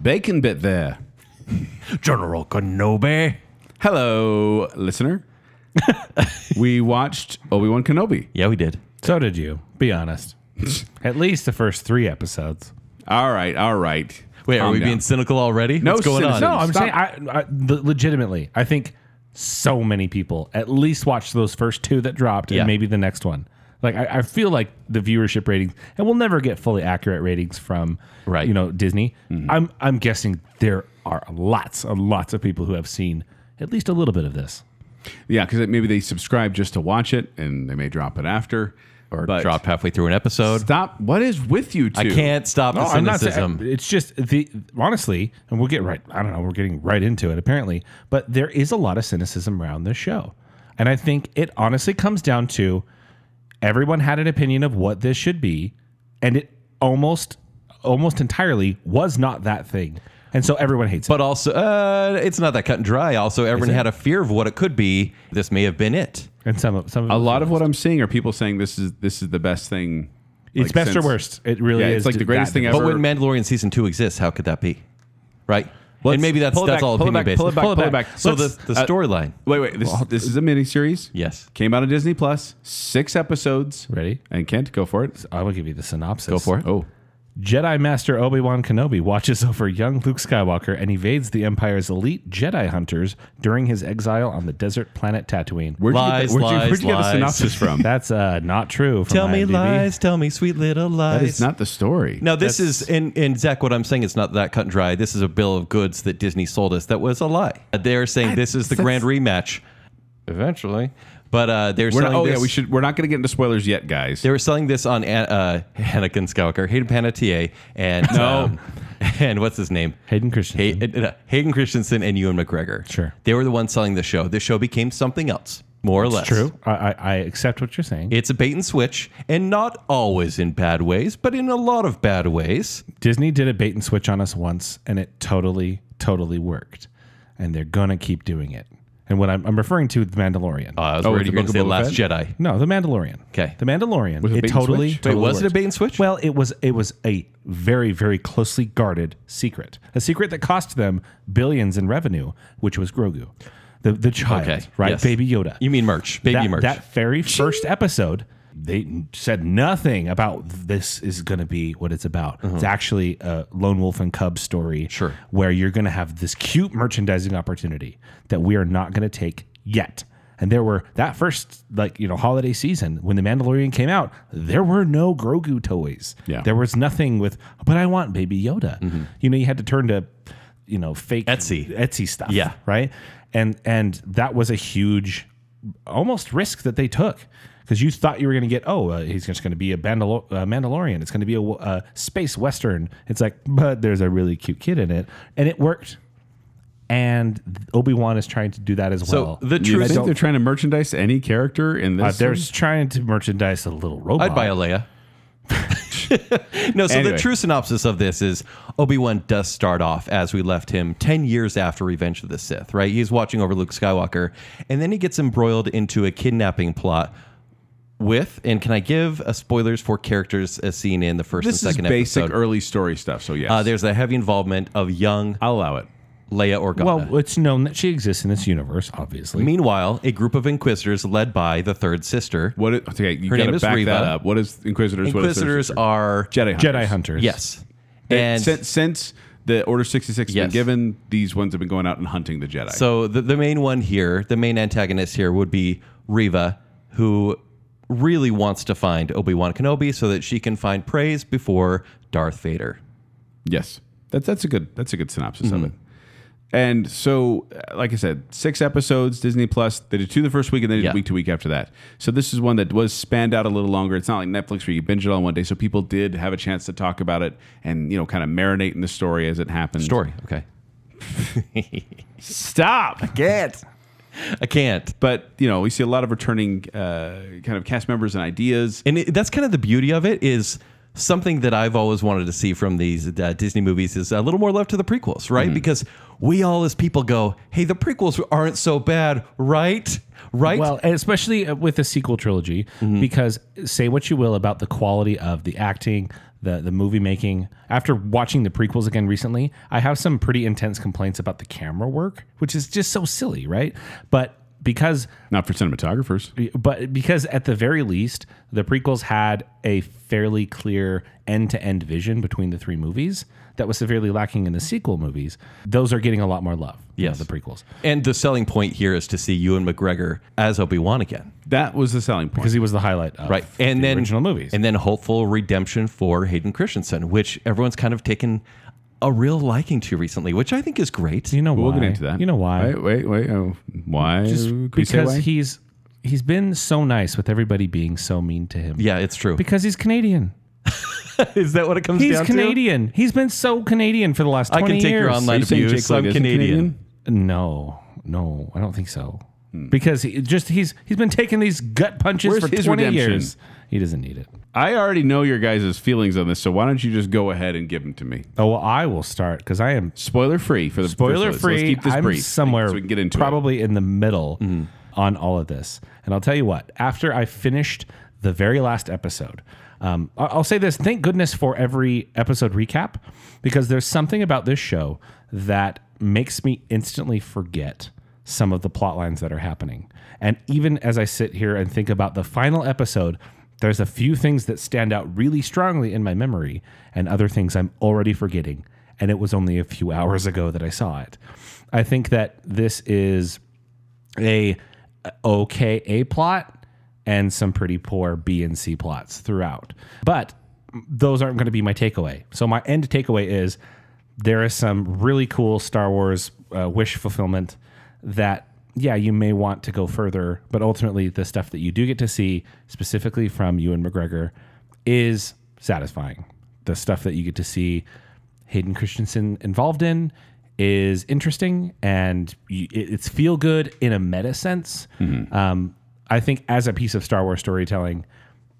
bacon bit there. General Kenobi. Hello, listener. we watched Obi Wan Kenobi. Yeah, we did. So did you. Be honest. At least the first three episodes. All right, all right. Wait, are Calm we down. being cynical already? No What's going cynicism. on? No, I'm Stop. saying I, I le- legitimately. I think so many people at least watched those first two that dropped, Yeah. and maybe the next one. Like I, I feel like the viewership ratings, and we'll never get fully accurate ratings from Right. Mm-hmm. You know Disney. I'm I'm guessing there are lots and lots of people who have seen at least a little bit of this. Yeah, because maybe they subscribe just to watch it, and they may drop it after Or but dropped halfway through an episode. Stop! What is with you two? I can't stop the Oh, I'm not cynicism. saying it's just the honestly, and we'll get right. I don't know. We're getting right into it apparently, but there is a lot of cynicism around this show, and I think it honestly comes down to everyone had an opinion of what this should be, and it almost, almost entirely was not that thing, and so everyone hates it. but also, uh, it's not that cut and dry. Also, everyone had a fear of what it could be. This may have been it. And some of some of A lot of what I'm seeing are people saying this is this is the best thing. it's like, best since- or worst. It really Yeah, is. it's like the that greatest thing diverse. ever. But when Mandalorian season two exists, how could that be? Right. and maybe that's Pull it that's back, all pull it opinion back, based. Pull it back. Pull it back. So Let's- the, the uh, storyline. Wait, wait. This, this is a miniseries. yes. Came out of Disney Plus. Six episodes. Ready? And Kent, go for it. I will give you the synopsis. Go for it. Oh, Jedi Master Obi Wan Kenobi watches over young Luke Skywalker and evades the Empire's elite Jedi hunters during his exile on the desert planet Tatooine. where'd Lies, you get the, where'd you, lies, where'd you get the lies. synopsis from? That's uh, not true. From Tell me IMDb. lies. Tell me sweet little lies. that is not the story. Now this is and and Zach, what I'm saying is not that cut and dry. This is a bill of goods that Disney sold us that was a lie. They're saying this is the grand rematch, eventually. But uh, they're We're selling. not, oh this, yeah, we should. We're not going to get into spoilers yet, guys. They were selling this on An- uh, Anakin Skywalker, Hayden Panettiere, and um, and what's his name? Hayden Christian. Hay- uh, Hayden Christensen and Ewan McGregor. Sure. they were the ones selling the show. The show became something else, more or less. True. I, I, I accept what you're saying. It's a bait and switch, and not always in bad ways, but in a lot of bad ways. Disney did a bait and switch on us once, and it totally, totally worked. And they're going to keep doing it. And what I'm, I'm referring to, The Mandalorian. Uh, I was Oh, worried with you were going the to say Book of Boba Last Jedi. no, The Mandalorian. 'Kay. The Mandalorian. it it bait and totally, switch? Wait, totally was it a worked. bait and switch? Well, it was it was a very very closely guarded secret, a secret that cost them billions in revenue, which was Grogu, the the child, Okay, right, yes. Baby Yoda. you mean merch, baby that, merch. That very first episode, they said nothing about this is going to be what it's about. It's actually a lone wolf and cub story, Uh-huh. Sure. where you're going to have this cute merchandising opportunity that we are not going to take yet. And there were that first like you know holiday season when the Mandalorian came out, there were no Grogu toys. Yeah. there was nothing with. But I want Baby Yoda. You know, you had to turn to you know fake Mm-hmm. Etsy. Etsy stuff Yeah. right and and that was a huge almost risk that they took because you thought you were going to get oh uh, he's just going to be a Mandalor- uh, Mandalorian it's going to be a w- uh, space western it's like but there's a really cute kid in it and it worked and Obi-Wan is trying to do that as so well the you truth, think they're trying to merchandise any character in Uh, this? there's trying to merchandise a little robot I'd buy a Leia. no, so Anyway. the true synopsis of this is Obi Wan does start off as we left him 10 years after Revenge of the Sith, right? He's watching over Luke Skywalker, and then he gets embroiled into a kidnapping plot with, and can I give uh spoilers for characters as seen in the first this and is second basic episode? early story stuff. So yes, uh, there's a heavy involvement of young I'll allow it. Leia Organa. well it's known that she exists in this universe obviously Meanwhile, a group of inquisitors led by the third sister. What? Is, okay, you Her got name to is back Reva. that up. What is Inquisitors? Inquisitors are what is Jedi Hunters. Jedi hunters yes, And and since, since the Order 66 has been Yes. given, these ones have been going out and hunting the Jedi. so the, the main one here, the main antagonist here would be Reva, who really wants to find Obi Wan Kenobi so that she can find praise before Darth Vader. yes, that's that's a good that's a good synopsis Mm-hmm. of it. And so, uh, like I said, six episodes, Disney Plus. They did two the first week, and then they did Yeah. week to week after that. So this is one that was spanned out a little longer. It's not like Netflix where you binge it all in one day. So people did have a chance to talk about it and you know kind of marinate in the story as it happened. Story, okay. Stop. Can't. I can't. But you know, we see a lot of returning uh, kind of cast members and ideas. and it, that's kind of the beauty of it is something that I've always wanted to see from these uh, Disney movies is a little more love to the prequels, right? Because we all as people go, hey, the prequels aren't so bad, right? Right? Mm-hmm. Well, and especially uh, with the sequel trilogy, because say what you will about the quality of the acting, the the movie making. After watching the prequels again recently, I have some pretty intense complaints about the camera work, which is just so silly, right? But because Not for cinematographers. but because at the very least the prequels had a fairly clear end-to-end vision between the three movies that was severely lacking in the sequel movies those are getting a lot more love yeah, Yes. the prequels And the selling point here is to see Ewan McGregor as Obi Wan again, That was the selling point. because he was the highlight of right? And the then original movies and then hopeful redemption for Hayden Christensen, which everyone's kind of taken a real liking to recently, which I think is great. you know We'll why get into that. you know why Wait, wait, wait. Oh, why? Just Could you say because why? he's he's been so nice with everybody being so mean to him yeah, it's true. because he's canadian is that what it comes he's down to? canadian he's been so canadian for the last 20 I can take years your online Are you saying Jake abuse. Lloyd I'm isn't Canadian. No, no, I don't think so. Because he just he's he's been taking these gut punches Hmm. Where's for his twenty redemption? years. He doesn't need it. I already know your guys' feelings on this, so why don't you just go ahead and give them to me? Oh well, I will start because I am Spoiler free for the spoiler first one, so let's free. keep this I'm brief, somewhere so we can get into it. Mm-hmm. probably in the middle on all of this. And I'll tell you what. After I finished the very last episode, um, I- I'll say this: thank goodness for every episode recap because there's something about this show that makes me instantly forget some of the plot lines that are happening. And even as I sit here and think about the final episode, there's a few things that stand out really strongly in my memory and other things I'm already forgetting. And it was only a few hours ago that I saw it. I think that this is a okay A plot and some pretty poor B and C plots throughout. But those aren't going to be my takeaway. So my end takeaway is there is some really cool Star Wars uh, wish fulfillment that yeah, you may want to go further, but ultimately the stuff that you do get to see specifically from Ewan McGregor is satisfying. The stuff that you get to see Hayden Christensen involved in is interesting and you, it- it's feel good in a meta sense. Um, I think as a piece of Star Wars storytelling,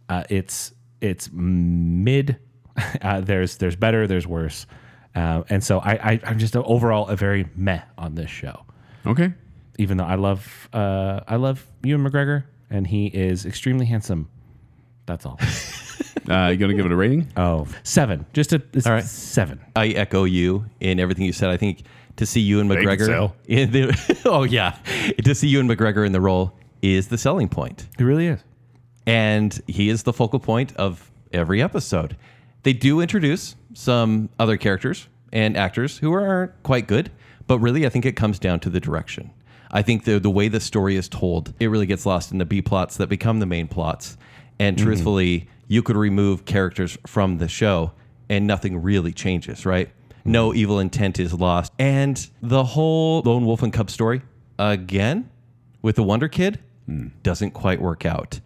uh, it's it's mid. Uh, there's there's better, there's worse, uh, and so I, I I'm just overall a very meh on this show. Okay. Even though I love uh, I love Ewan McGregor and he is extremely handsome. That's all. Uh, you going to give it a rating? oh, seven. Just a it's right. seven. I echo you in everything you said. I think to see you and can McGregor sell. in the oh yeah, to see you and McGregor in the role is the selling point, It really is. and he is the focal point of every episode. They do introduce some other characters and actors who are quite good, but really I think it comes down to the direction. I think the the way the story is told, it really gets lost in the B plots that become the main plots. And truthfully, you could remove characters from the show and nothing really changes, right? No evil intent is lost. And the whole Lone Wolf and Cub story, again, with the Wonder Kid, doesn't quite work out.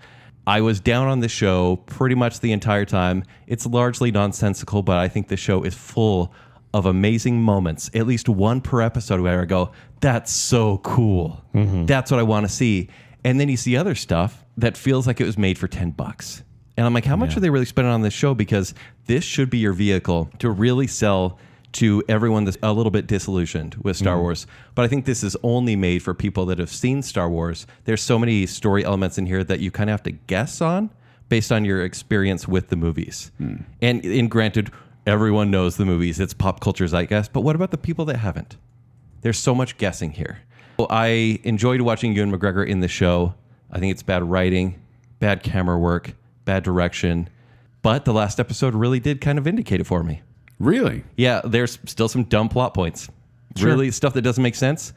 I was down on the show pretty much the entire time. It's largely nonsensical, but I think the show is full of amazing moments, at least one per episode where I go, that's so cool. That's what I want to see. And then you see other stuff that feels like it was made for 10 bucks. And I'm like, how much are they really spending on this show? Because this should be your vehicle to really sell to everyone that's a little bit disillusioned with Star Wars. But I think this is only made for people that have seen Star Wars. There's so many story elements in here that you kind of have to guess on based on your experience with the movies. And, and granted, everyone knows the movies, it's pop culture zeitgeist. But what about the people that haven't? There's so much guessing here. Well, I enjoyed watching Ewan McGregor in the show. I think it's bad writing, bad camera work, bad direction. But the last episode really did kind of indicate it for me. Really? Yeah, there's still some dumb plot points. Really, stuff that doesn't make sense.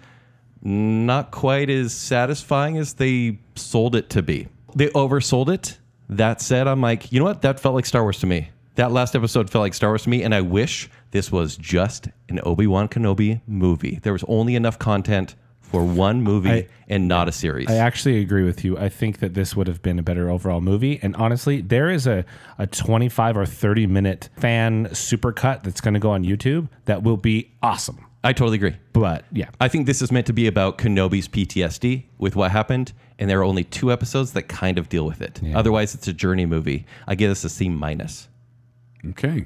Not quite as satisfying as they sold it to be. They oversold it. That said, I'm like, you know what? That felt like Star Wars to me. That last episode felt like Star Wars to me, and I wish this was just an Obi Wan Kenobi movie. There was only enough content for one movie I- and not a series. I actually agree with you. I think that this would have been a better overall movie. And honestly, there is a, a 25 or 30 minute fan supercut that's going to go on YouTube that will be awesome. I totally agree. But yeah, I think this is meant to be about Kenobi's PTSD with what happened, and there are only two episodes that kind of deal with it. Otherwise, it's a journey movie. I give this a C minus. Okay.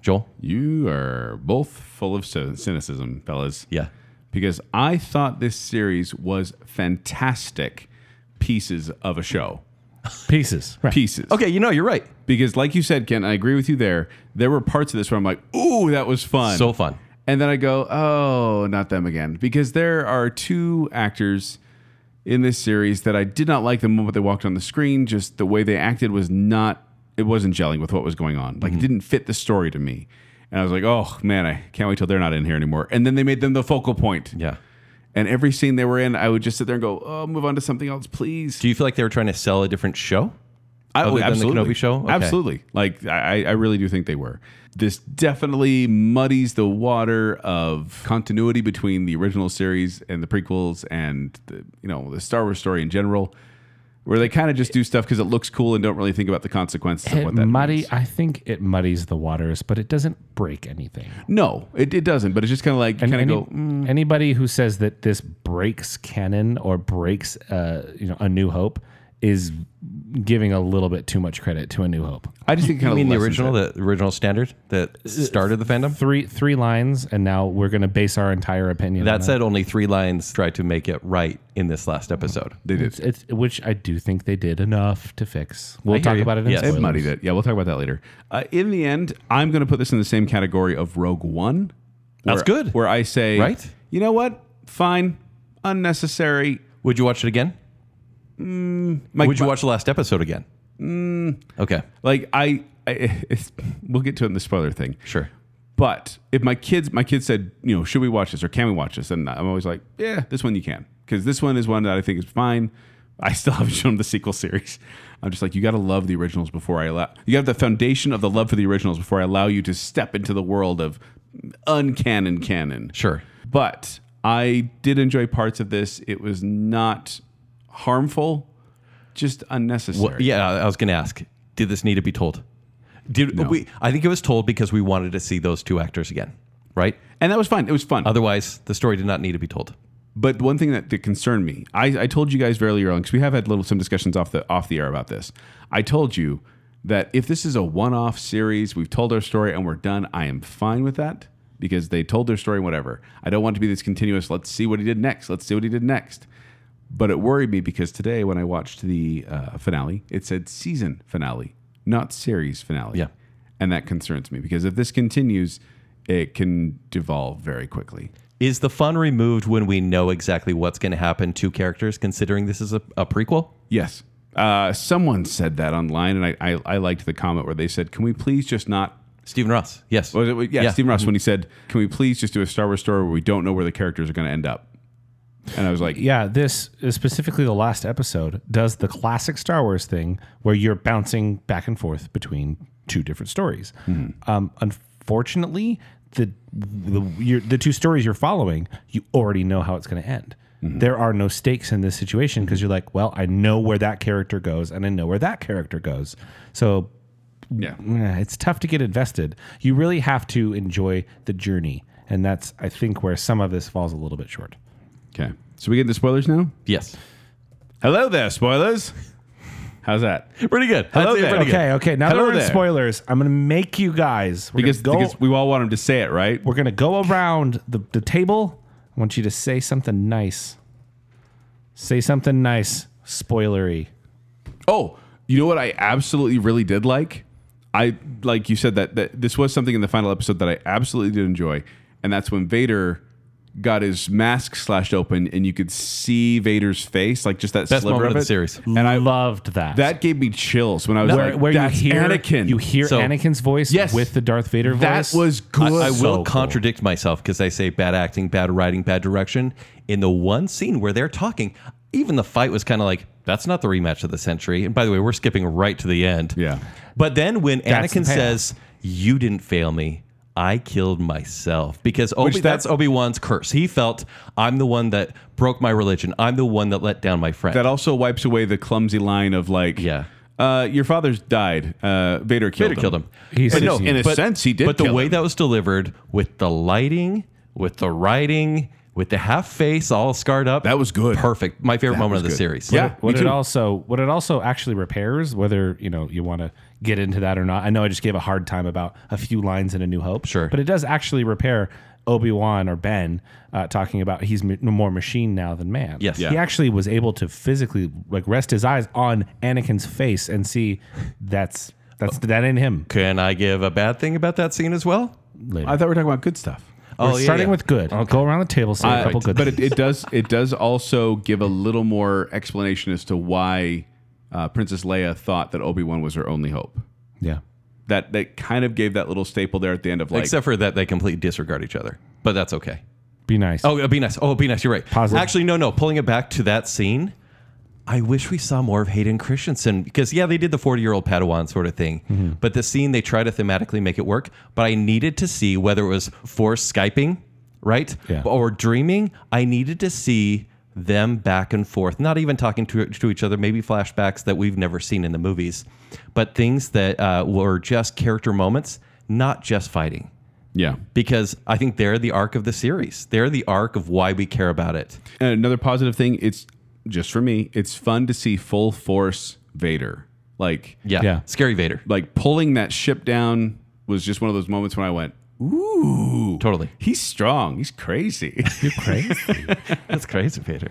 Joel, You are both full of cy- cynicism, fellas. yeah, Because I thought this series was fantastic pieces of a show. Pieces. Right. pieces. Okay, you know, you're right. Because, like you said, Ken, I agree with you there. There were parts of this where I'm like, ooh, that was fun. So fun. And then I go, oh, not them again. Because there are two actors in this series that I did not like the moment they walked on the screen. Just the way they acted was not, it wasn't gelling with what was going on. Like, it didn't fit the story to me. And I was like, oh, man, I can't wait till they're not in here anymore. And then they made them the focal point. Yeah. And every scene they were in, I would just sit there and go, oh, move on to something else, please. Do you feel like they were trying to sell a different show? I, Other oh, than the Kenobi show? Okay. Absolutely. Like I, I really do think they were. This definitely muddies the water of continuity between the original series and the prequels and the, you know the Star Wars story in general, where they kind of just do stuff because it looks cool and don't really think about the consequences of It what that muddy. means. I think it muddies the waters, but it doesn't break anything. No, it, it doesn't. But it's just kind of like kind of any- go. mm, Anybody who says that this breaks canon or breaks, uh, you know, A New Hope is giving a little bit too much credit to A New Hope. I just think kind I of mean, the original, the original standard that started the fandom. Three three lines, and now we're going to base our entire opinion. That on said, only three lines tried to make it right in this last episode. They did. It's, it's, which I do think they did enough to fix. We'll hear talk you. about it in Yes. It It spoilers. muddied it. Yeah, we'll talk about that later. Uh, in the end, I'm going to put this in the same category of Rogue One. That's where- good. Where I say, Right? You know what? Fine, unnecessary. Would you watch it again? My, Would you my- watch the last episode again? Okay, Like I, I it's, we'll get to it in the spoiler thing. sure. But if my kids, my kids said, you know, should we watch this or can we watch this? And I'm always like, yeah, this one you can because this one is one that I think is fine. I still haven't shown them the sequel series. I'm just like, you got to love the originals before I allow. You have the foundation of the love for the originals before I allow you to step into the world of uncanon canon. Sure. But I did enjoy parts of this. It was not harmful, just unnecessary. Well, yeah, I was going to ask. Did this need to be told? Did No. we? I think it was told because we wanted to see those two actors again, right? And that was fine. It was fun. Otherwise, the story did not need to be told. But one thing that, that concerned me, I, I told you guys very early on because we have had little some discussions off the off the air about this. I told you that if this is a one off series, we've told our story and we're done. I am fine with that because they told their story, whatever. I don't want it to be this continuous. Let's see what he did next. Let's see what he did next. But it worried me because today when I watched the uh, finale, it said season finale, not series finale. Yeah. and that concerns me because if this continues, it can devolve very quickly. Is the fun removed when we know exactly what's going to happen to characters, considering this is a, a prequel? Yes. Uh, someone said that online, and I, I, I liked the comment where they said, "Can we please just not?" Stephen Ross, yes. Was it? Yeah, Yeah. Stephen Ross when he said, "Can we please just do a Star Wars story where we don't know where the characters are going to end up?" And I was like, yeah, this uh, specifically the last episode does the classic Star Wars thing where you're bouncing back and forth between two different stories. Mm-hmm. Um, unfortunately, the the you're, the two stories you're following, you already know how it's going to end. Mm-hmm. There are no stakes in this situation because you're like, well, I know where that character goes and I know where that character goes. So "Yeah, yeah, Eh, it's tough to get invested. You really have to enjoy the journey, and that's I think where some of this falls a little bit short. okay." So we get into spoilers now. yes. Hello there, spoilers. How's that? Pretty good. Hello That's it, there. pretty good. Okay, okay. Now that Hello we're in there. spoilers, I'm gonna make you guys. We're Because, gonna go. because we all want him to say it, right? we're gonna go around the, the table. I want you to say something nice. Say something nice, spoilery. Oh, you know what I absolutely really did like? I like you said that that this was something in the final episode that I absolutely did enjoy, and that's when Vader got his mask slashed open and you could see Vader's face, like just that Best sliver moment of of the it. series. And I loved that. that gave me chills when I was where, like, where you "That's hear Anakin." you hear So- Anakin's voice Yes. with the Darth Vader voice. that was good. I, I So will cool. contradict myself because I say bad acting, bad writing, bad direction. In the one scene where they're talking, even the fight was kind of like, that's not the rematch of the century. And by the way, we're skipping right to the end. Yeah. But then when That's the Anakin payoff. says, You didn't fail me. I killed myself because Obi- that- that's Obi Wan's curse. He felt I'm the one that broke my religion. I'm the one that let down my friend. that also wipes away the clumsy line of like, Yeah. uh, your father's died. Uh, Vader killed Vader him. killed him. He's But no, sixteen. in a sense, he did. But the kill way him. that was delivered with the lighting, with the writing, with the half face all scarred up. That was good. perfect. My favorite moment of the was good. series. Yeah, me What it too. also what it also actually repairs, whether you know you want to get into that or not. I know I just gave a hard time about a few lines in A New Hope, Sure. but it does actually repair Obi Wan or Ben uh, talking about he's m- more machine now than man. Yes. he Yeah. actually was able to physically like rest his eyes on Anakin's face and see that's that's that in him. Can I give a bad thing about that scene as well? I thought we were talking about good stuff. Oh, We're yeah, starting yeah. with good. Go around the table, say a Uh, couple good. but it, it does it does also give a little more explanation as to why uh, Princess Leia thought that Obi Wan was her only hope. yeah. That that kind of gave that little staple there at the end of like except for that they completely disregard each other. But that's okay. Be nice. Oh, it'd be nice. Oh, it'd be nice. You're right. Positive. Actually, no, no. Pulling it back to that scene, I wish we saw more of Hayden Christensen because yeah, they did the 40 year old Padawan sort of thing, Mm-hmm. but the scene they try to thematically make it work. But I needed to see whether it was forced skyping, right, Yeah. or dreaming. I needed to see them back and forth, not even talking to, to each other, maybe flashbacks that we've never seen in the movies, but things that uh, were just character moments, not just fighting yeah. because I think they're the arc of the series. They're the arc of why we care about it. And another positive thing, it's just for me. It's fun to see full force Vader like Yeah. Yeah. Scary Vader. like pulling that ship down was just one of those moments when I went, ooh, Totally. he's strong, he's crazy. You're crazy. That's crazy Vader.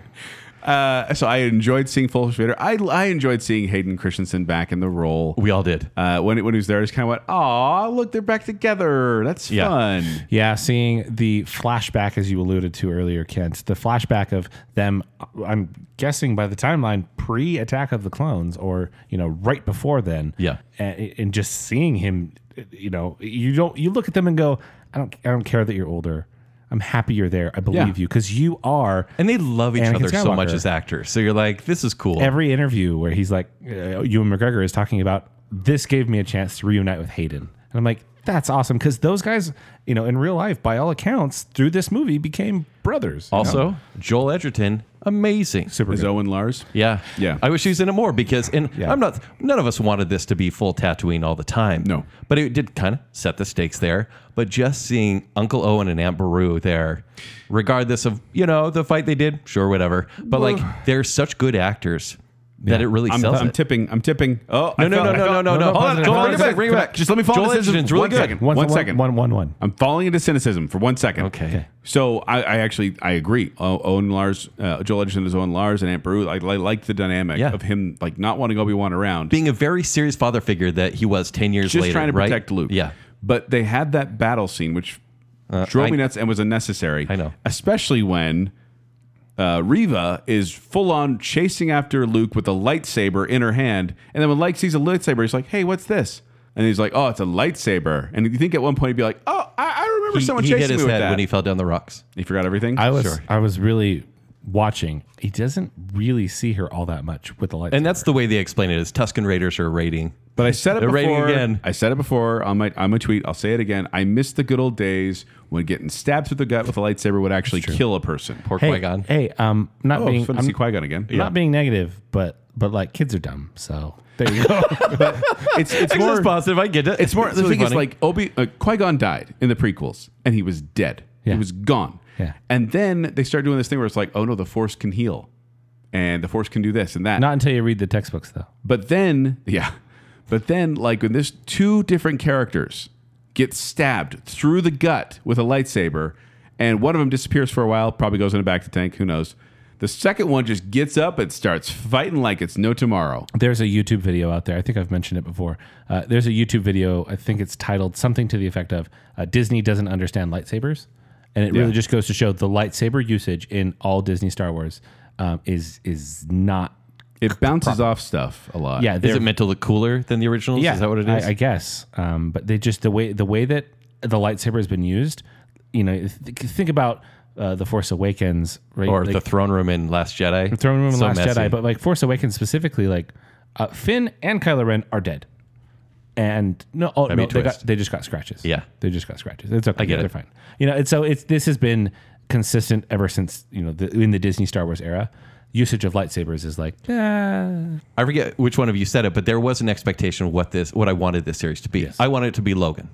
uh, so I enjoyed seeing Full Vader. I I enjoyed seeing Hayden Christensen back in the role. We all did. uh, when when he was there, I just kind of went, "Aw, look, they're back together. That's Yeah. fun." Yeah, seeing the flashback as you alluded to earlier, Kent. The flashback of them. I'm guessing by the timeline pre Attack of the Clones, or you know, right before then. Yeah. and, and just seeing him, you know, you don't you look at them and go, I don't, I don't care that you're older. I'm happy you're there. I believe Yeah. you because you are. And they love each Anakin other so Skywalker. much as actors. So you're like, this is cool. Every interview where he's like, uh, Ewan McGregor is talking about this gave me a chance to reunite with Hayden, and I'm like. That's awesome because those guys, you know, in real life, by all accounts, through this movie became brothers. also, Joel Edgerton, amazing. Super Is good. Owen Lars? Yeah. Yeah. I wish he was in it more because and Yeah. I'm not none of us wanted this to be full Tatooine all the time. No. But it did kind of set the stakes there. But just seeing Uncle Owen and Aunt Beru there, regardless of, you know, the fight they did, sure, whatever. But like they're such good actors that it really I'm, sells I'm it. tipping. I'm tipping. Oh, I fell- no, no, no, I no, fell- no, no, no, no, Hold on, positive, Joel, bring it positive. back, bring it back. Just let me follow Joel this. Edgerton's really One good. second. One second. One, one, one. I'm falling into cynicism for one second. Okay. Okay. So I, I actually I agree. O- Owen Lars, uh, Joel Edgerton is Owen Lars and Aunt Beru. I, I like the dynamic Yeah. of him like not wanting Obi Wan around, Being a very serious father figure that he was ten years just later. trying to right? protect Luke. Yeah. Uh, But they had that battle scene, which drove I- me nuts and was unnecessary. I know. especially when. Uh, Riva is full on chasing after Luke with a lightsaber in her hand, and then when Luke sees a lightsaber, he's like, "Hey, what's this?" And he's like, "Oh, it's a lightsaber." And you think at one point he'd be like, "Oh, I, I remember He, someone he chasing hit his me with head that." when he fell down the rocks. he forgot everything. I was Sure. I was really watching. He doesn't really see her all that much with the lights. And that's the way they explain it is Tuscan Raiders are raiding. But I said it They're raiding before. again. I said it before on my on my tweet. I'll say it again. I miss the good old days when getting stabbed through the gut with a lightsaber would actually kill a person. Poor hey, Qui-Gon. hey, um, not Oh, being it's fun to I'm see Qui Gon again. not being negative, but but like kids are dumb. So there you go. it's it's Actually, more. that's positive. I get it. It's more. the really thing is, funny. like Obi uh, Qui Gon died in the prequels, and he was dead. Yeah. He was gone. Yeah. And then they start doing this thing where it's like, oh no, the Force can heal, and the Force can do this and that. not until you read the textbooks though. But then, yeah. But then, like, when this two different characters get stabbed through the gut with a lightsaber, and one of them disappears for a while, probably goes in a back to tank, who knows? The second one just gets up and starts fighting like it's no tomorrow. There's a YouTube video out there. I think I've mentioned it before. Uh, there's a YouTube video. I think it's titled something to the effect of uh, "Disney doesn't understand lightsabers," and it really just goes to show the lightsaber usage in all Disney Star Wars um, is is not. It bounces off stuff a lot. Yeah, is they're- it meant to look cooler than the originals? Yeah, Is that what it is? I, I guess. Um, but they just the way the way that the lightsaber has been used. You know, th- think about uh, the Force Awakens, right? or like, the throne room in Last Jedi. Throne Room and So Last messy. Jedi, but like Force Awakens specifically, like uh, Finn and Kylo Ren are dead. And no, oh, no be they, got, twist. they just got scratches. Yeah. they just got scratches. It's okay. get They're it. fine. You know, and so it's this has been consistent ever since you know the, in the Disney Star Wars era. Usage of lightsabers is like, eh, I forget which one of you said it, but there was an expectation of what this, what I wanted this series to be. I wanted it to be Logan.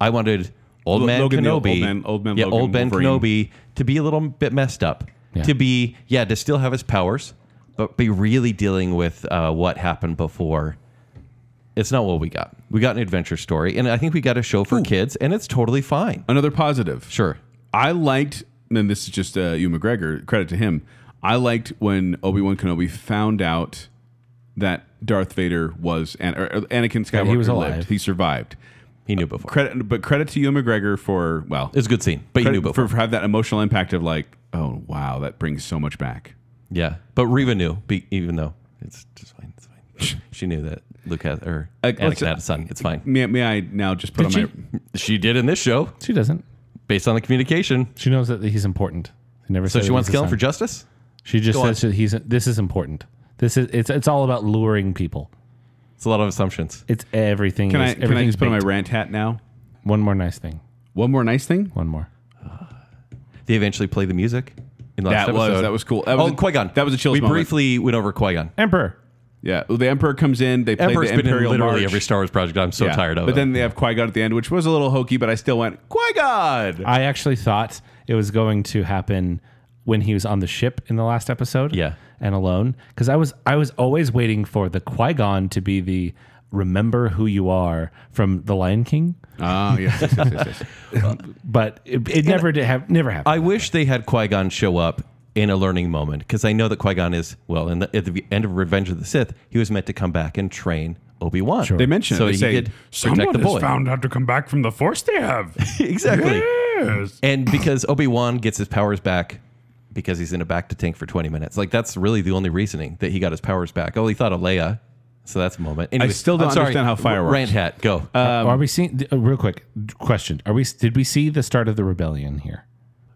I wanted old Lo- man Logan the Kenobi, old- old man- old man yeah, Logan old man Wolverine. Kenobi, to be a little bit messed up, Yeah. to be yeah, to still have his powers, but be really dealing with uh, what happened before. It's not what we got. We got an adventure story, and I think we got a show for kids, and it's totally fine. Another positive. Sure, I liked, and this is just uh, Ewan McGregor, credit to him. I liked when Obi Wan Kenobi found out that Darth Vader was An- or or Anakin Skywalker. he was alive. Lived. He survived. he knew before. Credit, but credit to Ewan McGregor for well, It's a good scene, but he knew credit before. for, for have that emotional impact of like, oh wow, that brings so much back. yeah, but Reva knew, be, even though it's just fine. It's fine. she knew that Luke had or Uh, let's- Anakin had a son. It's fine. May, may I now just put Did on she? my? She did in this show, She doesn't. based on the communication. She knows that he's important. They never So said she that wants to he's kill a him for son. justice. She just Go says that he's. This is important. This is. It's. It's all about luring people. It's a lot of assumptions. It's everything. Can I is, can I everything's just put on my baked. rant hat now? One more nice thing. One more nice thing. One more. They eventually play the music in the last That was- episode. that was cool. That was oh, a- Qui Gon. that was a chills We moment. briefly went over Qui Gon. Emperor. Yeah, well, the Emperor comes in. They play Emperor's the been in Imperial literally March. every Star Wars project. I'm so Yeah. tired of But it. then they have Qui Gon at the end, which was a little hokey, but I still went Qui Gon. I actually thought it was going to happen when he was on the ship in the last episode. Yeah. And alone. Because I was I was always waiting for the Qui-Gon to be the remember who you are from The Lion King. Ah, yes, yes, yes, yes, yes. But it, it never did have never happened. I wish they had Qui Gon show up in a learning moment because I know that Qui Gon is well. In the, at the end of Revenge of the Sith, he was meant to come back and train Obi Wan. They mention it. so They he say, could protect Someone the boy. has found out to come back from the force they have. exactly. yes. And because Obi Wan gets his powers back because he's in a back to tank for 20 minutes. Like, that's really the only reasoning that he got his powers back. Oh, he thought of Leia. So that's a moment. Anyway, still don't I'm sorry. understand how fire works. Rant hat, go. are we seeing uh, real quick question? Are we did we see the start of the rebellion here?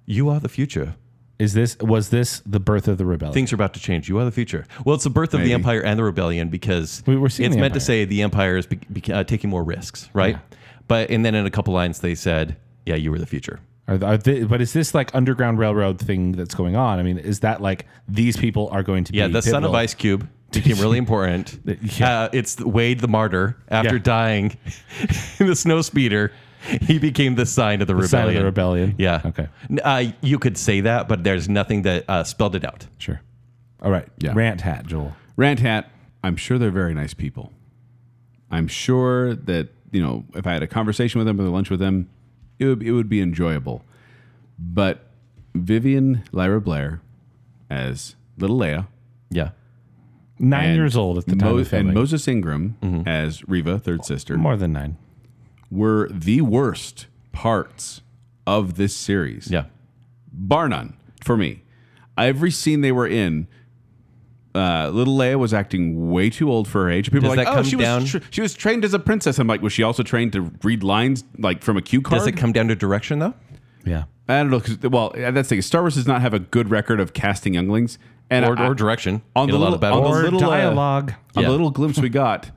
you are the future. Is this was this the birth of the rebellion? Things are about to change. You are the future. Well, it's the birth of the Maybe. empire and the rebellion because We were seeing it's the meant to Empire. say the empire is be, be, uh, taking more risks, right? But and then in a couple lines they said, "Yeah, you were the future." Are, th- are thi- but is this like underground railroad thing that's going on? I mean, is that like these people are going to Yeah, be the son of pivotal? Ice Cube became really important. uh, it's Wade the martyr after Yeah. dying in the snow speeder. He became the sign of the, rebellion. sign of the rebellion? Yeah. Okay. N- Uh, you could say that, but there's nothing that uh, spelled it out. Sure. All right. Yeah. Rant hat, Joel. Rant hat. I'm sure they're very nice people. I'm sure that you know if I had a conversation with them or lunch with them, it would it would be enjoyable. But Vivian Lyra Blair as Little Leia, Yeah. Nine and years old at the time Mo- of and filming. Mm-hmm. Moses Ingram as Reva, third sister, More than nine. were the worst parts of this series. Yeah. bar none for me. Every scene they were in, uh, little Leia was acting way too old for her age. People Does were like, that "Oh, come she down- was tr- she was trained as a princess." I'm like, "Was she also trained to read lines like from a cue card?" Does it come down to direction though? Yeah. I don't know. 'cause- well, that's the thing. Star Wars does not have a good record of casting younglings, and Or, Uh, I- or direction on in the a lot little of battles. on the Or little uh, dialogue. on Yeah. the little glimpse we got,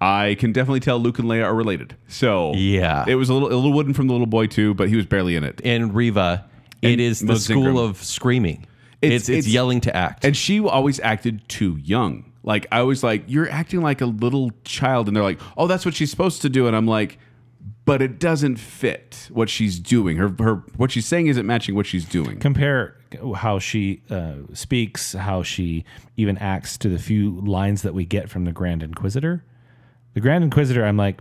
I can definitely tell Luke and Leia are related. So Yeah. it was a little a little wooden from the little boy too, but he was barely in it. in Riva, it And is the Moses school Ingram. of screaming. It's- It's, it's, it's- yelling to act. And she always acted too young. Like I was like, you're acting like a little child, and they're like, oh, that's what she's supposed to do, and I'm like, but it doesn't fit what she's doing. Her her what she's saying isn't matching what she's doing. Compare how she uh, speaks, how she even acts to the few lines that we get from the Grand Inquisitor. The Grand Inquisitor, I'm like,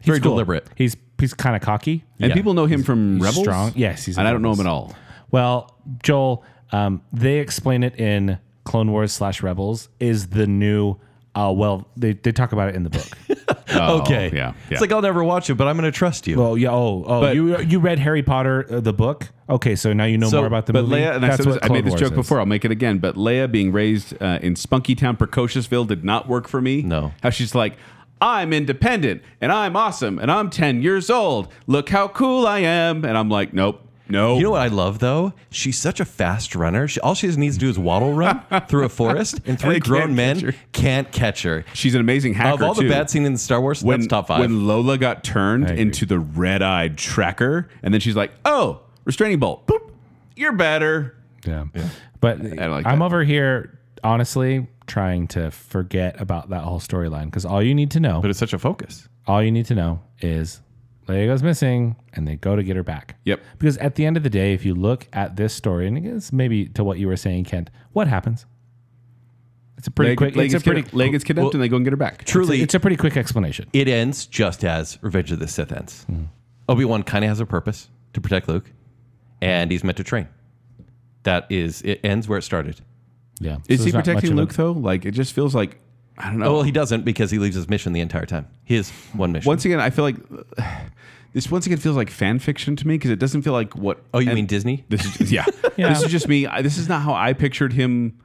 he's Very cool. deliberate. He's he's kind of cocky. And people know him from Rebels. strong. Yes, he's in and I don't know Rebels. him at all. Well, Joel, um, they explain it in Clone Wars slash Rebels is the new. Uh, well, they, they talk about it in the book. Oh, okay. yeah, yeah. It's like I'll never watch it, but I'm going to trust you. well, yeah. Oh, oh, you you read Harry Potter uh, the book? Okay, so now you know So, more about the But movie. Leia, and I, said this, I made this joke before. I'll make it again. But Leia being raised uh, in Spunky Town, Precociousville, did not work for me. No. how she's like, I'm independent and I'm awesome and I'm 10 years old. Look how cool I am. And I'm like, nope, no. you know what I love though? She's such a fast runner. She, all she needs to do is waddle run through a forest, and three they can't grown men catch her. can't catch her. She's an amazing hacker Of all too. the bad scenes in Star Wars, when, that's top five. When Lola got turned into the red-eyed tracker, and then she's like, "Oh, restraining bolt. Boop. You're better." Yeah. But I like I'm that. over here, honestly, trying to forget about that whole storyline because all you need to know, it's such a focus. all you need to know is Leia goes missing, and they go to get her back. Yep. Because at the end of the day, if you look at this story, and it's maybe to what you were saying, Kent, what happens? It's a pretty Leg- quick. Leg it's a gets kidna- pretty. Leg gets kidnapped and they go and get her back. Truly, It's a pretty quick explanation. it ends just as Revenge of the Sith ends. Obi Wan kind of has a purpose to protect Luke, and he's meant to train. That is, it ends where it started. Yeah. Is So he there's not much protecting of a- Luke though? Like it just feels like I don't know. Oh, well, he doesn't because he leaves his mission the entire time. His one mission. once again, I feel like this once again feels like fan fiction to me because it doesn't feel like what. oh, you and mean Disney? this is yeah. Yeah. This is just me. I, this is not how I pictured him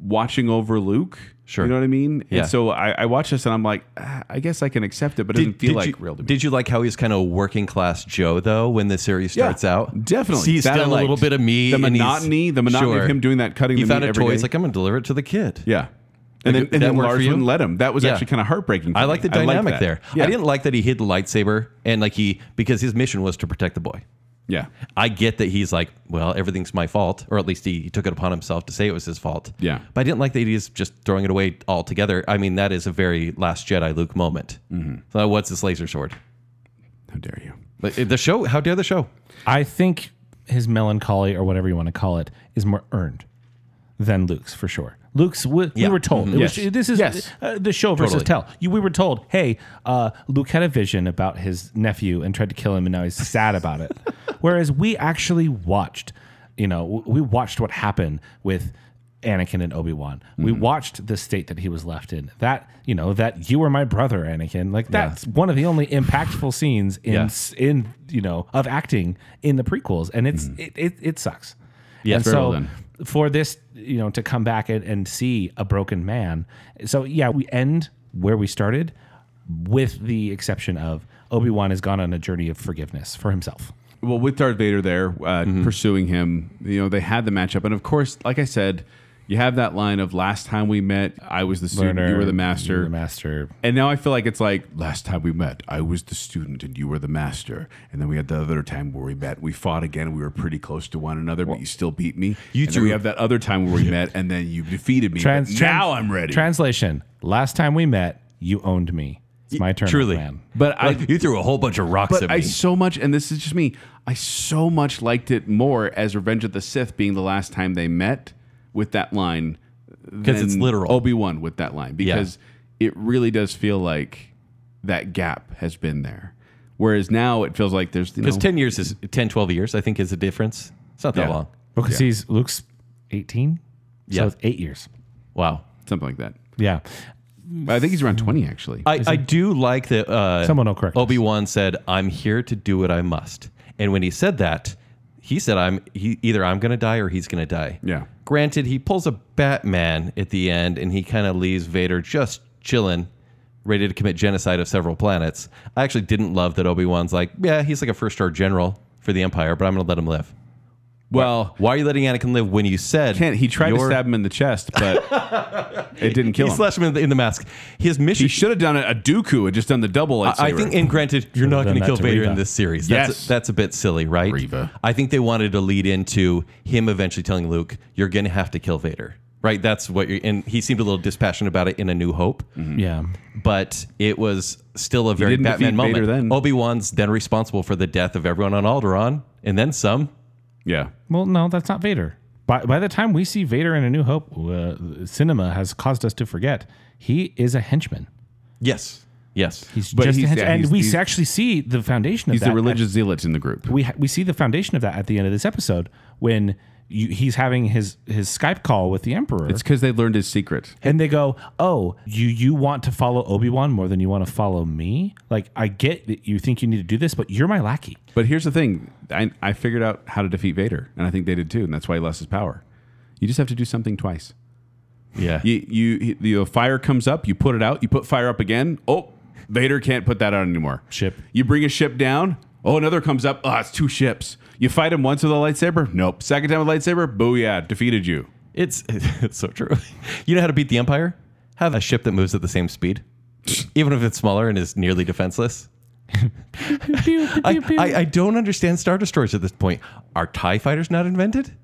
watching over Luke. Sure. you know what I mean. Yeah. And so I, I watch this and I'm like, ah, I guess I can accept it, but it doesn't feel like you, real to me. Did you like how he's kind of working class Joe though when the series Yeah, starts out? definitely. he's That I still a little liked. bit of me. the and he's- monotony, the monotony Sure. of him doing that cutting. He the found meat a every toy. day. He's like, I'm gonna deliver it to the kid. yeah. And then, Did and that then work for Lars you? wouldn't let him. That was Yeah. actually kind of heartbreaking. for I me. like the liked dynamic that. there. Yeah. I didn't like that he hid the lightsaber and like he because his mission was to protect the boy. Yeah. I get that he's like, well, everything's my fault, or at least he, he took it upon himself to say it was his fault. Yeah. But I didn't like that he's just throwing it away altogether. I mean, that is a very Last Jedi Luke moment. Mm-hmm. So what's this laser sword? How dare you? Like, The show? How dare the show? I think his melancholy or whatever you want to call it is more earned than Luke's for sure. Luke's we, we Yeah. were told it Mm-hmm. Yes. was, this is Yes. uh, the show versus Totally. tell. You, we were told, hey, uh, Luke had a vision about his nephew and tried to kill him, and now he's sad about it. Whereas we actually watched, you know, w- we watched what happened with Anakin and Obi Wan. We Mm-hmm. watched the state that he was left in. That you know, that you were my brother, Anakin. Like that's one of the only impactful scenes in Yeah. in you know of acting in the prequels, and it's Mm. it, it it sucks. Yeah, and Very well so done. for this you know to come back and, and see a broken man. So yeah, we end where we started, with the exception of Obi Wan has gone on a journey of forgiveness for himself. well, with Darth Vader there uh, pursuing him, you know, they had the matchup, and of course, like I said, you have that line of "Last time we met, I was the student, you were the master." The master. and now I feel like it's like last time we met, I was the student and you were the master. And then we had the other time where we met, we fought again. We were pretty close to one another, but you still beat me. You and then two- we have that other time where we met, and then you defeated me. Trans- but trans- now I'm ready. Translation: Last time we met, you owned me. It's my turn. Truly. man. but I, Like, you threw a whole bunch of rocks But at I me. so much, and this is just me. I so much liked it more as Revenge of the Sith being the last time they met with that line, because it's literal. Obi Wan with that line because it really does feel like that gap has been there. Whereas now it feels like there's you know, Because 10 years is 10, 12 years, I think, is a difference. It's not that Yeah. long. Because he's Luke's eighteen. Yeah. So it's eight years. Wow. something like that. Yeah. But I think he's around twenty actually. I, I do like that uh, Someone will correct us. Obi Wan said, "I'm here to do what I must," and when he said that, he said, "I'm he, either I'm going to die or he's going to die." Yeah. Granted, he pulls a Batman at the end, and he kind of leaves Vader just chilling, ready to commit genocide of several planets. I actually didn't love that Obi Wan's like, "Yeah, he's like a first star general for the Empire, but I'm going to let him live." well, Why are you letting Anakin live when you said can't he tried to your- stab him in the chest, but it didn't He kill him. slashed him in the, in the mask. His mission He should have done a, a Dooku and just done the double lightsaber. I think, and granted, you're not going done to that kill to Vader Reva. in this series. That's, Yes. that's a bit silly, right? Reva. I think they wanted to lead into him eventually telling Luke, "You're going to have to kill Vader." Right? That's what. You're, and he seemed a little dispassionate about it in A New Hope, Mm. Yeah. but it was still a very didn't Batman defeat moment. Vader then. Obi Wan's then responsible for the death of everyone on Alderaan, and then some. yeah. Well, no, that's not Vader. By, by the time we see Vader in A New Hope, uh, cinema has caused us to forget he is a henchman. Yes. Yes. He's But just he's- a henchman. yeah, and he's- we he's- actually see the foundation of He's that. the religious zealot in the group. We, ha- we see the foundation of that at the end of this episode when you, he's having his, his Skype call with the Emperor. It's because they learned his secret. and they go, "Oh, you you want to follow Obi Wan more than you want to follow me? Like, I get that you think you need to do this, but you're my lackey." But here's the thing: I, I figured out how to defeat Vader, and I think they did too, and that's why he lost his power. You just have to do something twice. yeah. You you he- the fire comes up, you put it out, you put fire up again. Oh, Vader can't put that out anymore. Ship. You bring a ship down. Oh, another comes up. Oh, it's two ships. You fight him once with a lightsaber. Nope. Second time with lightsaber. Booyah! Defeated you. It's it's so true. You know how to beat the Empire? Have a ship that moves at the same speed, even if it's smaller and is nearly defenseless. I, I, I don't understand Star Destroyers at this point. Are TIE fighters not invented?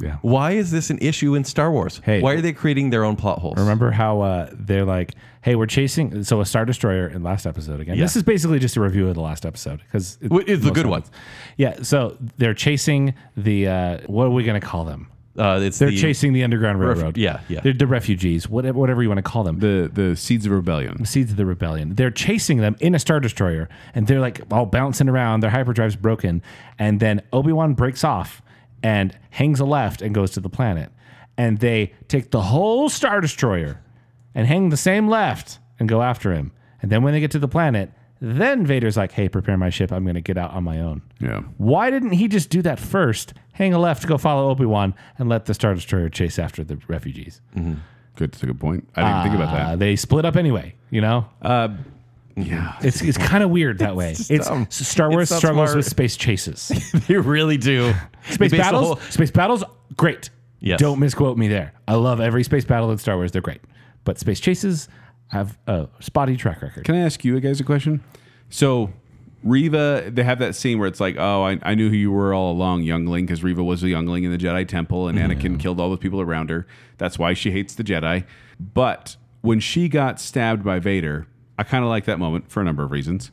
Yeah. Why is this an issue in Star Wars? Hey. Why are they creating their own plot holes? Remember how uh, they're like, "Hey, we're chasing." So a star destroyer in last episode again. This is basically just a review of the last episode because Wh- it's the good one. Yeah. So they're chasing the uh, what are we going to call them? Uh, it's They're the, chasing the underground railroad. yeah, yeah. They're the refugees, whatever, whatever you want to call them. The the seeds of rebellion. seeds of the rebellion. They're chasing them in a star destroyer, and they're like all bouncing around. Their hyperdrive's broken, and then Obi Wan breaks off and hangs a left and goes to the planet. And they take the whole star destroyer and hang the same left and go after him. And then when they get to the planet, then Vader's like, "Hey, prepare my ship. I'm going to get out on my own." Yeah. Why didn't he just do that first? Hang a left, go follow Obi Wan, and let the star destroyer chase after the refugees. Good. That's a good point. I didn't think about that. Uh, they split up anyway. You know, Yeah. It's, it's kind of weird that way. It's, dumb. S- Star Wars um, not struggles smart. with space chases, They really do. They space base the battles. whole- space battles, great. Yes. Don't misquote me there. I love every space battle in Star Wars. They're great, but space chases have a spotty track record. Can I ask you guys a question? So Riva, they have that scene where it's like, oh, I, I knew who you were all along, youngling, because Riva was a youngling in the Jedi Temple, and Anakin killed all the people around her. That's why she hates the Jedi. But when she got stabbed by Vader, I kind of like that moment for a number of reasons.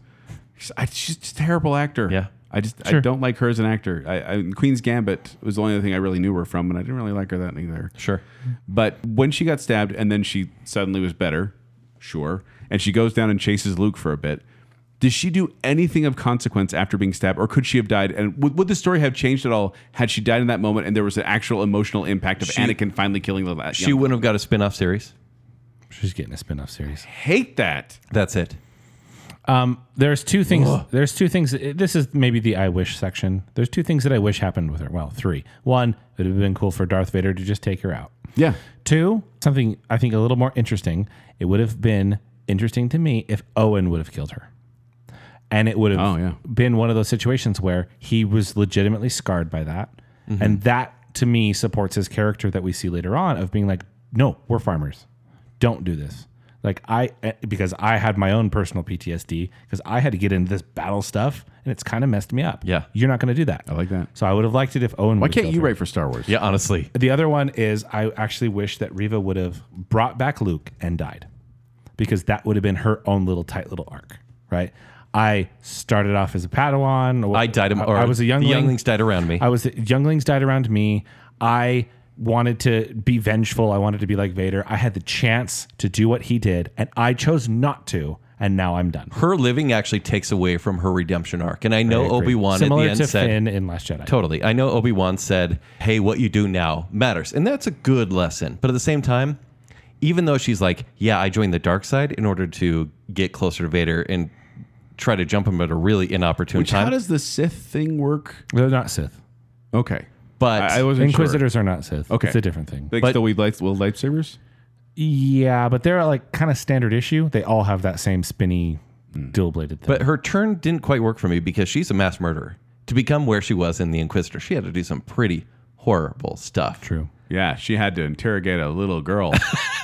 She's, I, she's just a terrible actor. Yeah. I just I don't like her as an actor. I, I, Queen's Gambit was the only other thing I really knew her from, and I didn't really like her that either. Sure. But when she got stabbed and then she suddenly was better, sure, and she goes down and chases Luke for a bit, does she do anything of consequence after being stabbed or could she have died? And would, would the story have changed at all had she died in that moment and there was an actual emotional impact of Anakin finally killing the last? She wouldn't have got a spin off series. She's getting a spin off series. hate that. That's it. Um, there's two things. There's two things. This is maybe the I wish section. There's two things that I wish happened with her. Well, three. One, it would have been cool for Darth Vader to just take her out. Yeah. Two, something I think a little more interesting. It would have been interesting to me if Owen would have killed her. And it would have Oh, yeah. been one of those situations where he was legitimately scarred by that. Mm-hmm. And that to me supports his character that we see later on of being like, no, we're farmers. Don't do this. Like I eh, because I had my own personal PTSD because I had to get into this battle stuff and it's kind of messed me up. Yeah. You're not going to do that. I like that. So I would have liked it if Owen Why can't you write for Star Wars? Yeah, honestly. the other one is I actually wish that Riva would have brought back Luke and died because that would have been her own little tight little arc, right? I started off as a Padawan. or- I died. Or I was a youngling. The younglings died around me. I was younglings died around me. I wanted to be vengeful. I wanted to be like Vader. I had the chance to do what he did, and I chose not to. And now I'm done. her living actually takes away from her redemption arc. And I know Obi Wan at the Similar end to said, Finn in Last Jedi. Totally. I know Obi Wan said, hey, what you do now matters. And that's a good lesson. But at the same time, even though she's like, yeah, I joined the dark side in order to get closer to Vader and try to jump him at a really inopportune Which, time. how does the Sith thing work? They're not Sith. Okay. but I, I wasn't Inquisitors are not Sith. Okay. it's a different thing. sure. Like But- still wield lights, wield lightsabers? Yeah, but they're like kind of standard issue. They all have that same spinny dual bladed thing. but her turn didn't quite work for me because she's a mass murderer. To become where she was in The Inquisitor, she had to do some pretty horrible stuff. True. Yeah, she had to interrogate a little girl.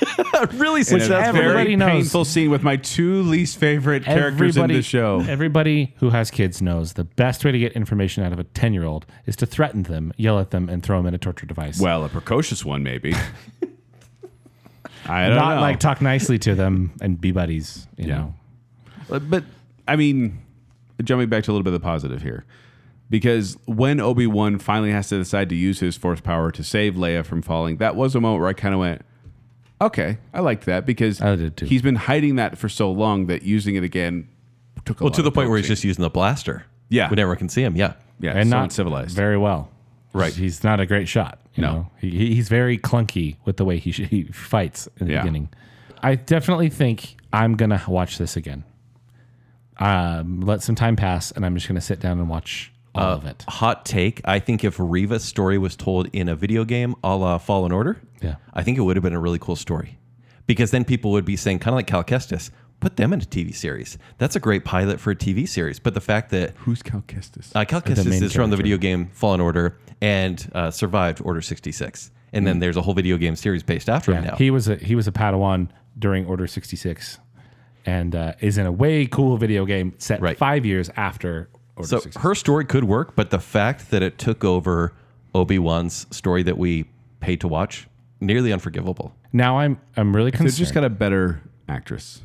really That's switched a that very. every- very Everybody knows. painful scene with my two least favorite characters in the show. Everybody who has kids knows the best way to get information out of a 10 year old is to threaten them, yell at them, and throw them in a torture device. Well, a precocious one, maybe. I don't not know. like talk nicely to them and be buddies, you Yeah. know. But- but I mean, jumping back to a little bit of the positive here, because when Obi Wan finally has to decide to use his Force power to save Leia from falling, that was a moment where I kind of went, "Okay, I liked that," because I did too. he's been hiding that for so long that using it again took a Well, to the point where he's just using the blaster. Yeah. When everyone can see him. Yeah. yeah, And so not civilized. Very well. Right. He's not a great shot. You No. know, he, he- he's very clunky with the way he, sh- he fights in the Yeah. beginning. I definitely think I'm going to watch this again. Um, let some time pass, and I'm just going to sit down and watch all Uh, of it. hot take. I think if Riva's story was told in a video game a la Fallen Order, Yeah. I think it would have been a really cool story. Because then people would be saying, kind of like Cal Kestis, put them in a TV series. That's a great pilot for a TV series. But the fact that Who's Cal Kestis? uh, Cal main Kestis is from the character. video game Fallen Order and uh, survived Order 66. And then there's a whole video game series based after him now. Mm. He was a he was a Padawan during Order 66, and uh, is in a way cool video game set Right. five years after Order so 66. her story could work, but the fact that it took over Obi Wan's story that we paid to watch nearly unforgivable. Now I'm I'm really They concerned. just got a better actress.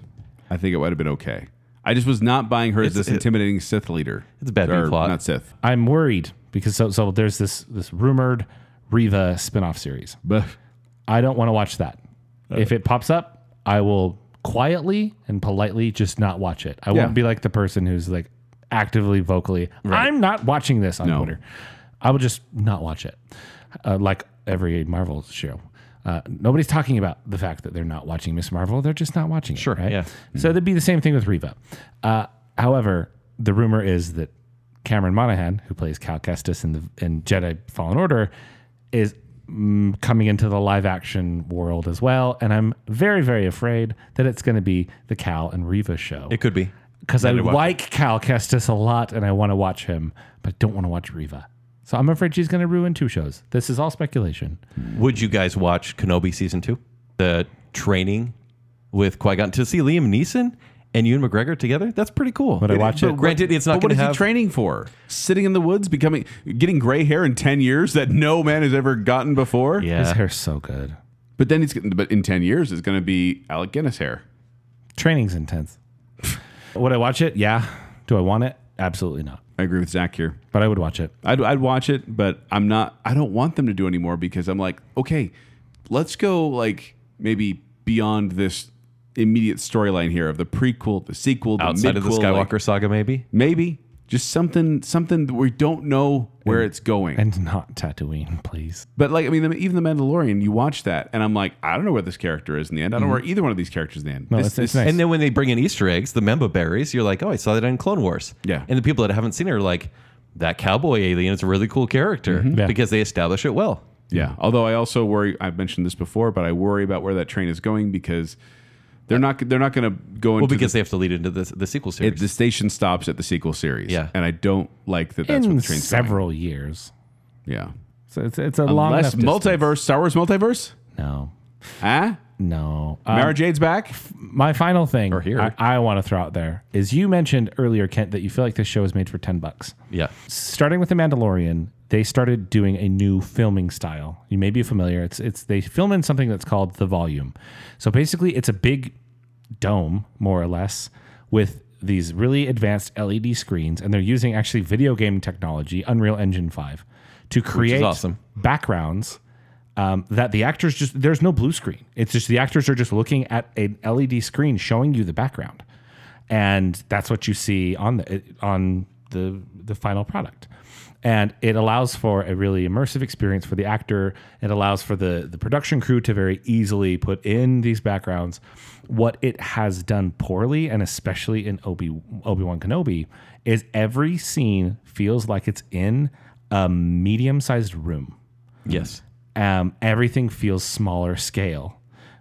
I think it would have been okay. I just was not buying her as this intimidating Sith leader. It's a bad Or, B plot. Not Sith. I'm worried because so, so there's this this rumored Riva spinoff series. But I don't want to watch that. if it pops up, I will quietly and politely just not watch it. I Yeah. won't be like the person who's like actively vocally, I'm not watching this on No. Twitter. I will just not watch it. Uh, like every Marvel show. Uh, nobody's talking about the fact that they're not watching Miss Marvel. They're just not watching it. Sure. Right? yeah. So that'd be the same thing with Reva. Uh, however, the rumor is that Cameron Monaghan, who plays Cal Kestis in the in Jedi Fallen Order, is mm, coming into the live action world as well. And I'm very, very afraid that it's going to be the Cal and Reva show It could be. because I like Cal Kestis a lot and I want to watch him, but I don't want to watch Reva. So I'm afraid she's going to ruin two shows. This is all speculation. Would you guys watch Kenobi season two? The training with Qui Gon to see Liam Neeson and Ewan McGregor together? That's pretty cool. Would I watch it? Granted, it's not what going is to he have. training for? Sitting in the woods, becoming, getting gray hair in ten years that no man has ever gotten before. His yeah, hair's so good. But then he's, but in ten years, it's going to be Alec Guinness hair. Training's intense. would I watch it? Yeah. Do I want it? Absolutely not. I agree with Zach here. But I would watch it. I'd, I'd watch it, but I'm not. I don't want them to do anymore because I'm like, okay, let's go like maybe beyond this immediate storyline here of the prequel, the sequel, the outside of the midquel, like, Skywalker saga, maybe. maybe just something something that we don't know where it's going. And not Tatooine, please. but like, I mean, even the Mandalorian, you watch that, and I'm like, I don't know where this character is in the end. I don't know where either one of these characters is in the end. Mm-hmm. No, it's- it's nice. And then when they bring in Easter eggs, the member berries, you're like, oh, I saw that in Clone Wars. Yeah. And the people that haven't seen it are like, that cowboy alien is a really cool character Mm-hmm. Yeah. because they establish it well. Yeah. Although I also worry. I've mentioned this before, but I worry about where that train is going because they're not they're not going to go into Well, the- because they have to lead into the, the sequel it, series. the station stops at the sequel series. Yeah. And I don't like that. That's what In the train's several years. Going. Yeah. So it's, it's a long Unless enough distance. multiverse, Star Wars multiverse. No, Huh? no. Um, Mara Jade's back. my final thing Or here. I, I want to throw out there is you mentioned earlier, Kent, that you feel like this show is made for 10 bucks. yeah. starting with the Mandalorian, they started doing a new filming style. You may be familiar. It's it's they film in something that's called the volume. So basically, it's a big dome, more or less, with these really advanced LED screens, and they're using actually video game technology, Unreal Engine Five, to create awesome. backgrounds um, that the actors just there's no blue screen. It's just the actors are just looking at an LED screen showing you the background, and that's what you see on the it- on the the final product. And it allows for a really immersive experience for the actor. It allows for the the production crew to very easily put in these backgrounds. What it has done poorly, and especially in Obi Obi Wan Kenobi, is every scene feels like it's in a medium sized room Yes. um, everything feels smaller scale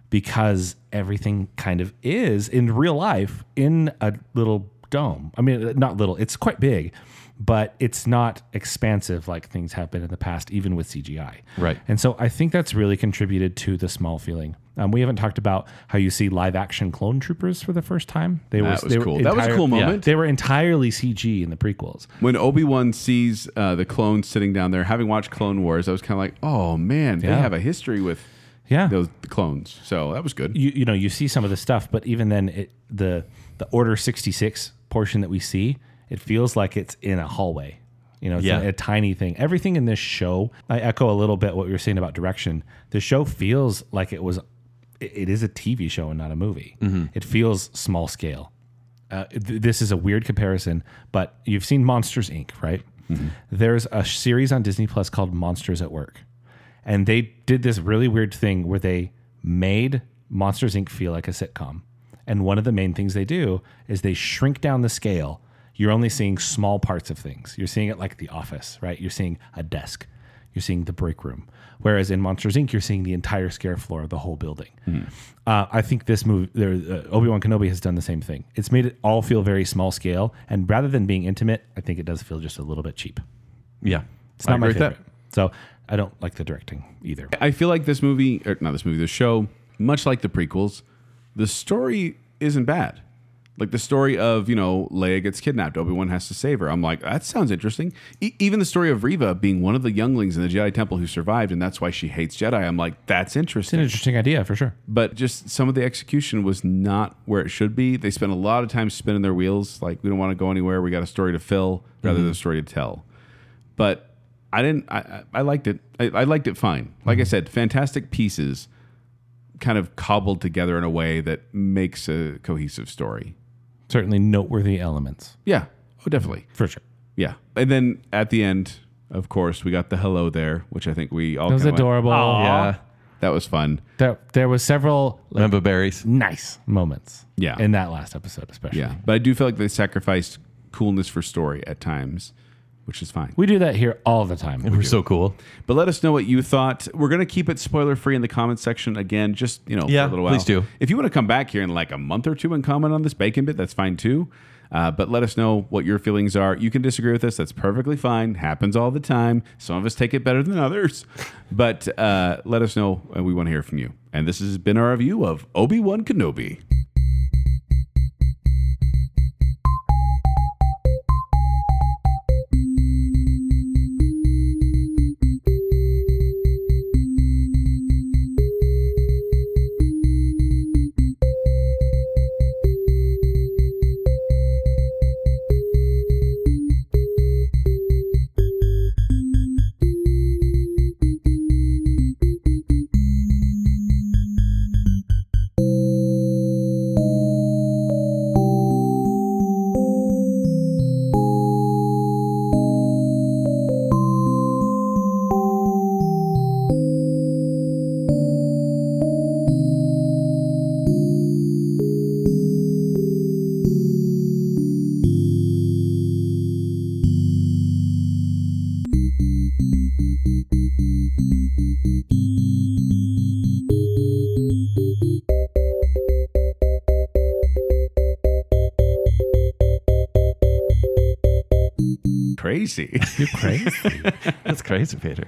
because everything kind of is in real life in a little dome. I mean, uh, not little, it's quite big, but it's not expansive like things have been in the past, even with CGI. Right. And so I think that's really contributed to the small feeling. Um, we haven't talked about how you see live action clone troopers for the first time. They That were was they were cool. That was a cool entire- moment. They were entirely CG in the prequels. When Obi Wan sees uh, the clones sitting down there, having watched Clone Wars, I was kind of like, oh man, they Yeah. have a history with Yeah. those clones. So that was good. you you know you see some of the stuff, but even then, it the the Order sixty six portion that we see, it feels like it's in a hallway. You know, it's Yeah. a, a tiny thing. Everything in this show, I echo a little bit what we were saying about direction. The show feels like it was, it- it is a TV show and not a movie. It feels small scale. Uh, th- this is a weird comparison, but you've seen Monsters Inc., right? There's a series on Disney Plus called Monsters at Work. And they did this really weird thing where they made Monsters Inc. feel like a sitcom. And one of the main things they do is they shrink down the scale. You're only seeing small parts of things. You're seeing it like the office, right? You're seeing a desk, you're seeing the break room. Whereas in Monsters Inc., you're seeing the entire scare floor of the whole building. Hmm. Uh, I think this movie, there, uh, Obi Wan Kenobi has done the same thing. It's made it all feel very small scale. And rather than being intimate, I think it does feel just a little bit cheap. Yeah. It's not my agree with favorite. that. So I don't like the directing either. I feel like this movie, or not this movie, this show, much like the prequels, the story isn't bad. Like the story of you know Leia gets kidnapped, Obi Wan has to save her. I'm like, that sounds interesting. E- even the story of Reva being one of the younglings in the Jedi Temple who survived, and that's why she hates Jedi. I'm like, that's It's an interesting. interesting idea for sure. But just some of the execution was not where it should be. They spent a lot of time spinning their wheels. Like we don't want to go anywhere. We got a story to fill rather Mm-hmm. than a story to tell. But I didn't. I, I I liked it. I, I liked it fine. Like I Mm-hmm. said, fantastic pieces kind of cobbled together in a way that makes a cohesive story. Certainly noteworthy elements Yeah. Oh, definitely. for sure. Yeah. And then at the end, of course, we got the hello there, which I think we all That was kinda went, adorable. Yeah. that was fun. There, there was several like, Remember berries? nice moments. Yeah. In that last episode, especially. Yeah. But I do feel like they sacrificed coolness for story at times, which is fine. We do that here all the time. We're so cool. But let us know what you thought. We're gonna keep it spoiler free in the comments section again. Just you know, Yeah, for a little while. please do. If you want to come back here in like a month or two and comment on this bacon bit, that's fine too. Uh, but let us know what your feelings are. You can disagree with us. That's perfectly fine. Happens all the time. Some of us take it better than others. But uh, let us know, and we want to hear from you. And this has been our review of Obi Wan Kenobi. Crazy. You're crazy. That's crazy, Peter.